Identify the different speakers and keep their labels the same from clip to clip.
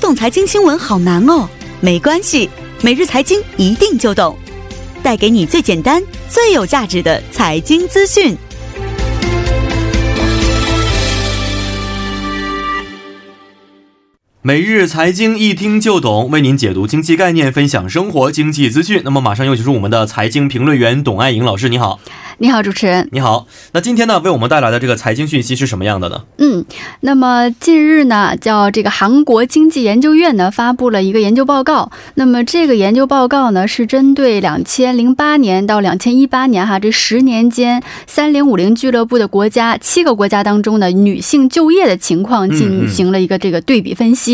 Speaker 1: 懂财经新闻好难哦，没关系，每日财经一定就懂，带给你最简单、最有价值的财经资讯。
Speaker 2: 每日财经一听就懂，为您解读经济概念，分享生活经济资讯。那么，马上有请出我们的财经评论员董爱颖老师，你好。
Speaker 3: 你好，主持人。
Speaker 2: 你好，那今天呢，为我们带来的这个财经讯息是什么样的呢？
Speaker 3: 嗯，那么近日呢，叫这个韩国经济研究院呢发布了一个研究报告。那么这个研究报告呢，是针对两千零八年到两千一八年哈这十年间三零五零俱乐部的国家七个国家当中的女性就业的情况进行了一个这个对比分析。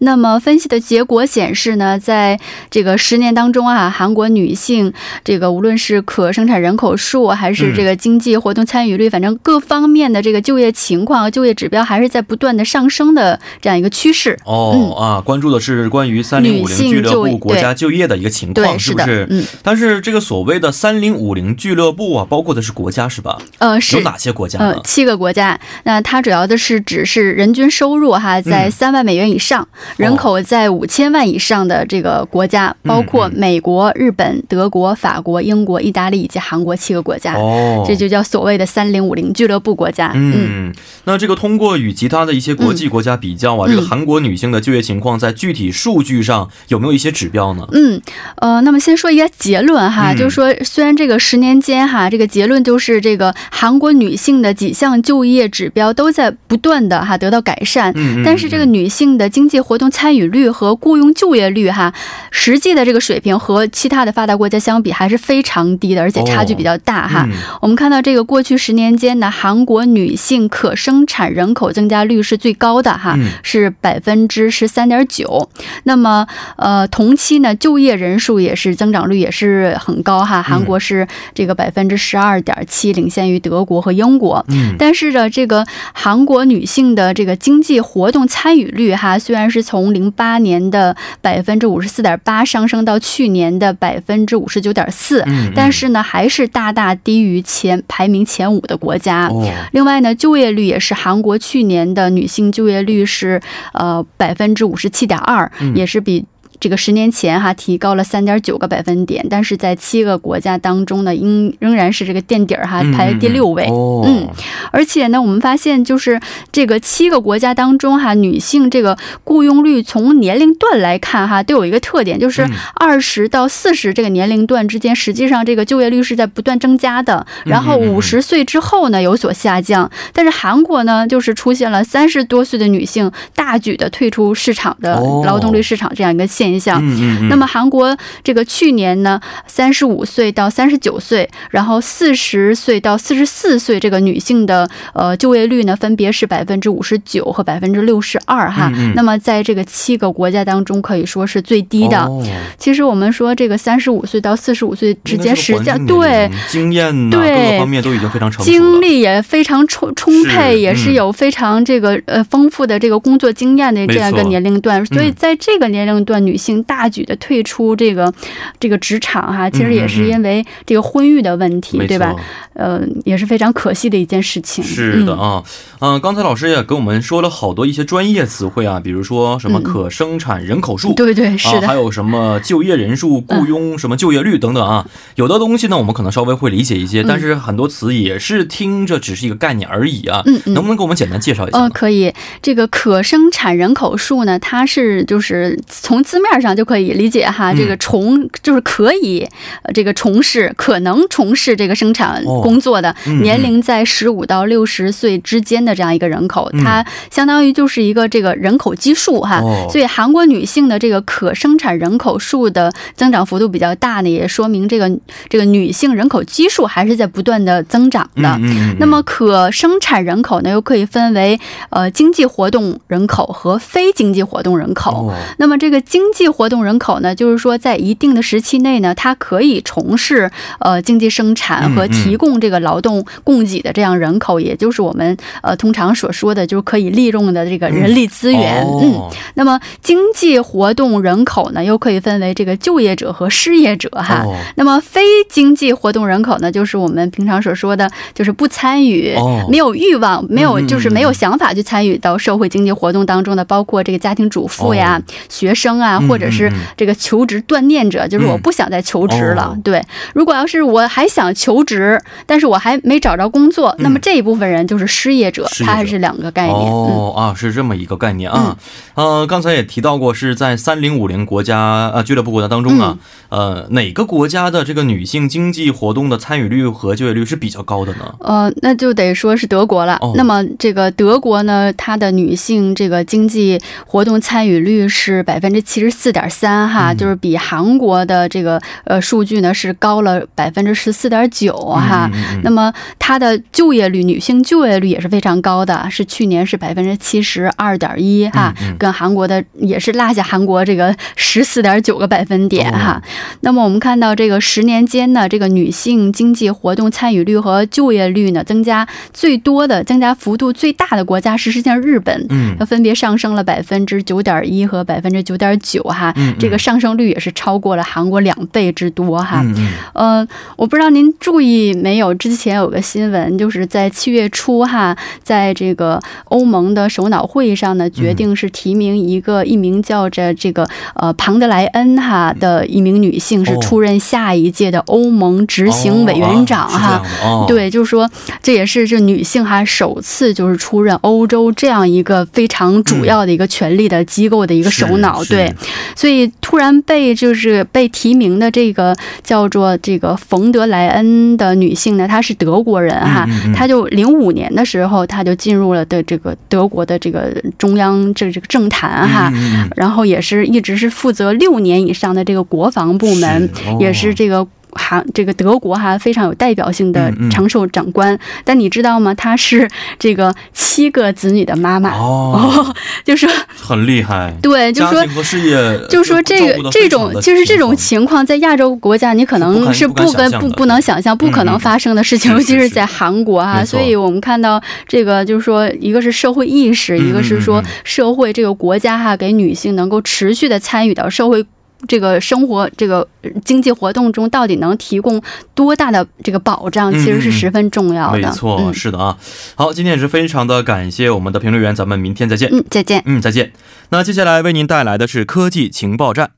Speaker 3: 那么分析的结果显示呢，在这个十年当中啊，韩国女性这个无论是可生产人口数啊还还是这个经济活动参与率，反正各方面的这个就业情况、就业指标还是在不断的上升的这样一个趋势。
Speaker 2: 哦、啊，关注的是关于三零五
Speaker 3: 女
Speaker 2: 零
Speaker 3: 性
Speaker 2: 俱乐
Speaker 3: 就
Speaker 2: 部
Speaker 3: 业
Speaker 2: 国家就业的一个情
Speaker 3: 对，
Speaker 2: 况，是不
Speaker 3: 的，
Speaker 2: 是？
Speaker 3: 嗯，
Speaker 2: 但是这个所谓的三零五零俱乐部啊，包括的是国家是吧？
Speaker 3: 呃，是
Speaker 2: 有哪些国家
Speaker 3: 呃
Speaker 2: 呢？
Speaker 3: 七个国家，那它主要的是指是人均收入啊哈在
Speaker 2: 嗯
Speaker 3: 三万美元以上，人口在五千万以上的这个国家，包括
Speaker 2: 嗯
Speaker 3: 美国、日本、德国、法国、英国、意大利以及韩国七个国家。
Speaker 2: 哦，
Speaker 3: 这就叫所谓的“三零五零俱乐部”国家，
Speaker 2: 嗯，那这个通过与其他的一些国际国家比较啊，
Speaker 3: 嗯
Speaker 2: 这个韩国女性的就业情况在具体数据上有没有一些指标呢？
Speaker 3: 嗯，呃，那么先说一下结论哈，
Speaker 2: 嗯
Speaker 3: 就是说，虽然这个十年间哈，这个结论就是这个韩国女性的几项就业指标都在不断的哈得到改善，
Speaker 2: 嗯，嗯
Speaker 3: 但是这个
Speaker 2: 嗯
Speaker 3: 女性的经济活动参与率和雇佣就业率哈，实际的这个水平和其他的发达国家相比还是非常低的，而且差距比较大哈。
Speaker 2: 嗯
Speaker 3: 我们看到这个过去十年间呢，韩国女性可生产人口增加率是最高的哈，
Speaker 2: 嗯
Speaker 3: 是百分之十三点九。那么呃，同期呢，就业人数也是增长率也是很高
Speaker 2: 嗯
Speaker 3: 哈，韩国是这个百分之十二点七，领先于德国和英国。
Speaker 2: 嗯
Speaker 3: 但是呢，这个韩国女性的这个经济活动参与率哈，虽然是从零八年的百分之五十四点八上升到去年的百分之五十九点四，
Speaker 2: 嗯，
Speaker 3: 但是呢，还是大大低于前排名前五的国家。
Speaker 2: 哦，
Speaker 3: 另外呢，就业率也是韩国去年的女性就业率是呃百分之五十七点二
Speaker 2: 嗯，
Speaker 3: 也是比。这个十年前哈提高了三点九个百分点，但是在七个国家当中呢，应仍然是这个垫底儿哈，
Speaker 2: 嗯
Speaker 3: 排第六位。
Speaker 2: 嗯哦，
Speaker 3: 嗯而且呢，我们发现就是这个七个国家当中哈，女性这个雇佣率从年龄段来看哈，都有一个特点，就是啊
Speaker 2: 嗯
Speaker 3: 二十到四十这个年龄段之间，实际上这个就业率是在不断增加的。然后
Speaker 2: 嗯嗯嗯
Speaker 3: 五十岁之后呢有所下降，但是韩国呢就是出现了三十多岁的女性大举的退出市场的
Speaker 2: 哦
Speaker 3: 劳动力市场这样一个现
Speaker 2: 嗯
Speaker 3: 象。
Speaker 2: 嗯嗯，
Speaker 3: 那么韩国这个去年呢，三十五岁到三十九岁，然后四十岁到四十四岁这个女性的呃就业率呢，分别是百分之五十九和百分之六十二哈
Speaker 2: 嗯嗯
Speaker 3: 那么在这个七个国家当中，可以说是最低的。
Speaker 2: 哦
Speaker 3: 其实我们说这个三十五岁到四十五岁之间，实
Speaker 2: 应
Speaker 3: 际上
Speaker 2: 该是环境
Speaker 3: 对
Speaker 2: 的。经验呐、各
Speaker 3: 对
Speaker 2: 个方面都已经非常成熟了
Speaker 3: 经历也非常充充沛，
Speaker 2: 是
Speaker 3: 也是
Speaker 2: 嗯
Speaker 3: 有非常这个呃丰富的这个工作经验的这样一个
Speaker 2: 没错
Speaker 3: 年龄段，所以
Speaker 2: 嗯
Speaker 3: 在这个年龄段，女性大举的退出这个这个职场哈，其实也是因为这个婚育的问
Speaker 2: 嗯
Speaker 3: 题，
Speaker 2: 没
Speaker 3: 对吧
Speaker 2: 错？
Speaker 3: 呃，也是非常可惜的一件事情。
Speaker 2: 是的
Speaker 3: 嗯
Speaker 2: 啊，嗯、刚才老师也跟我们说了好多一些专业词汇啊，比如说
Speaker 3: 嗯
Speaker 2: 什么可生产人口数。
Speaker 3: 对对是
Speaker 2: 啊，还
Speaker 3: 的，嗯
Speaker 2: 有什么就业人数、雇佣、什么就业率等等啊，有的东西呢，我们可能稍微会理解一
Speaker 3: 嗯
Speaker 2: 些，但是很多词也是听着只是一个概念而已啊。
Speaker 3: 嗯嗯
Speaker 2: 能。不能给我们简单介绍一下呢？
Speaker 3: 呃，可以。这个可生产人口数呢，它是就是从字面上就可以理解哈，
Speaker 2: 嗯
Speaker 3: 这个从就是可以呃这个从事可能从事这个生产
Speaker 2: 哦
Speaker 3: 工作的，
Speaker 2: 嗯嗯
Speaker 3: 呃年龄在十五到六十岁之间的这样一个人口，
Speaker 2: 嗯
Speaker 3: 它相当于就是一个这个人口基数哈。
Speaker 2: 哦
Speaker 3: 所以韩国女性的这个可生产人口数的增长幅度比较大呢，也说明这个这个女性人口基数还是在不断的增长的。
Speaker 2: 嗯嗯嗯嗯
Speaker 3: 啊那么可生产人口呢，又可以分为呃经济活动人口和非经济活动人口。
Speaker 2: 哦，
Speaker 3: 那么这个经济活动人口呢，就是说在一定的时期内呢，它可以从事呃经济生产
Speaker 2: 嗯
Speaker 3: 和提供这个劳动供给的这样人口，也就是我们呃通常所说的就是可以利用的这个人力资源。嗯，
Speaker 2: 哦
Speaker 3: 那么经济活动人口呢，又可以分为这个就业者和失业者哈。
Speaker 2: 哦
Speaker 3: 那么非经济活动人口呢，就是我们平常所说的，就是不参与、
Speaker 2: 哦
Speaker 3: 没有欲望、没有就是
Speaker 2: 嗯
Speaker 3: 没有想法去参与到社会经济活动当中的，包括这个家庭主妇呀、学生啊，
Speaker 2: 哦嗯
Speaker 3: 或者是
Speaker 2: 嗯嗯
Speaker 3: 这个求职锻炼者，就是我不想再求职了。
Speaker 2: 哦
Speaker 3: 对，如果要是我还想求职，但是我还没找着工作，那么这一部分人就是失业者，
Speaker 2: 嗯失业者
Speaker 3: 他还是两个概念。嗯
Speaker 2: 哦啊，是这么一个概念啊。呃，刚才也提到过，是在三零五零国家呃俱乐部国家当中啊、
Speaker 3: 嗯
Speaker 2: 呃，哪个国家的这个女性经济活动的参与率和就业率是比较高的呢？
Speaker 3: 呃，那就得说是德国了。
Speaker 2: 哦
Speaker 3: 那么这个德国呢，它的女性这个经济活动参与率是百分之七十四点三哈、
Speaker 2: 嗯
Speaker 3: 就是比韩国的这个呃数据呢是高了百分之十四点九哈。
Speaker 2: 嗯嗯嗯
Speaker 3: 那么它的就业率，女性就业率也是非常高的，是去年是百分之七十二点一哈、
Speaker 2: 嗯嗯
Speaker 3: 跟韩国的也是落下韩国这个十四点九个百分点
Speaker 2: 哦
Speaker 3: 哈、那么我们看到这个十年间呢，这个女性经济活动参与率和就业率呢增加最多的、增加幅度最大的国家是实际上日本，
Speaker 2: 嗯
Speaker 3: 它分别上升了百分之九点一和百分之九点九哈
Speaker 2: 嗯嗯，
Speaker 3: 这个上升率也是超过了韩国两倍之多哈。
Speaker 2: 嗯嗯
Speaker 3: 呃，我不知道您注意没有，之前有个新闻，就是在七月初哈，在这个欧盟的首脑会议上呢，决定是提名一个一名叫着这个呃庞德莱恩哈的一名女性，是
Speaker 2: 哦
Speaker 3: 出任下一届的欧盟执行委员长
Speaker 2: 哦
Speaker 3: 哈。
Speaker 2: 啊是这样的哦、
Speaker 3: 对，就是说，这也是这女性哈首次就是出任欧洲这样一个非常主要的一个权力的机构的一个首脑，
Speaker 2: 嗯是
Speaker 3: 对
Speaker 2: 是，
Speaker 3: 所以突然被就是被提名的这个叫做这个冯德莱恩的女性呢，她是德国人哈，
Speaker 2: 嗯嗯嗯
Speaker 3: 她就零五年的时候，她就进入了的这个德国的这个中央这这个政坛哈，
Speaker 2: 嗯嗯
Speaker 3: 然后也是一直是负责六年以上的这个国防部门，
Speaker 2: 是哦
Speaker 3: 也是这个韩这个德国哈非常有代表性的
Speaker 2: 嗯嗯
Speaker 3: 长寿长官。但你知道吗？她是这个七个子女的妈 妈，
Speaker 2: 哦，
Speaker 3: 就说
Speaker 2: 很厉害。
Speaker 3: 对，就
Speaker 2: 家
Speaker 3: 说
Speaker 2: 庭和事业，
Speaker 3: 就说这
Speaker 2: 呃照顾
Speaker 3: 个
Speaker 2: 得
Speaker 3: 这
Speaker 2: 非常
Speaker 3: 种
Speaker 2: 地
Speaker 3: 就是这种
Speaker 2: 平衡
Speaker 3: 情况，在亚洲国家你可能
Speaker 2: 是
Speaker 3: 是
Speaker 2: 不敢
Speaker 3: 不跟
Speaker 2: 不敢想象
Speaker 3: 不
Speaker 2: 的
Speaker 3: 不能想象、不可能发生的事情，
Speaker 2: 嗯嗯
Speaker 3: 尤其
Speaker 2: 是
Speaker 3: 是
Speaker 2: 是
Speaker 3: 在韩国啊。
Speaker 2: 没错
Speaker 3: 所以我们看到这个，就是说，一个是社会意识，
Speaker 2: 嗯
Speaker 3: 一个是
Speaker 2: 嗯
Speaker 3: 说
Speaker 2: 嗯
Speaker 3: 社会这个国家哈、给女性能够持续的参与到社会。这个生活、这个呃经济活动中，到底能提供多大的这个保障，
Speaker 2: 嗯嗯
Speaker 3: 其实是十分重要的。
Speaker 2: 没错、
Speaker 3: 嗯
Speaker 2: 是的啊。好，今天也是非常的感谢我们的评论员，咱们明天再见。
Speaker 3: 嗯，再见。
Speaker 2: 嗯，再见。那接下来为您带来的是科技情报站。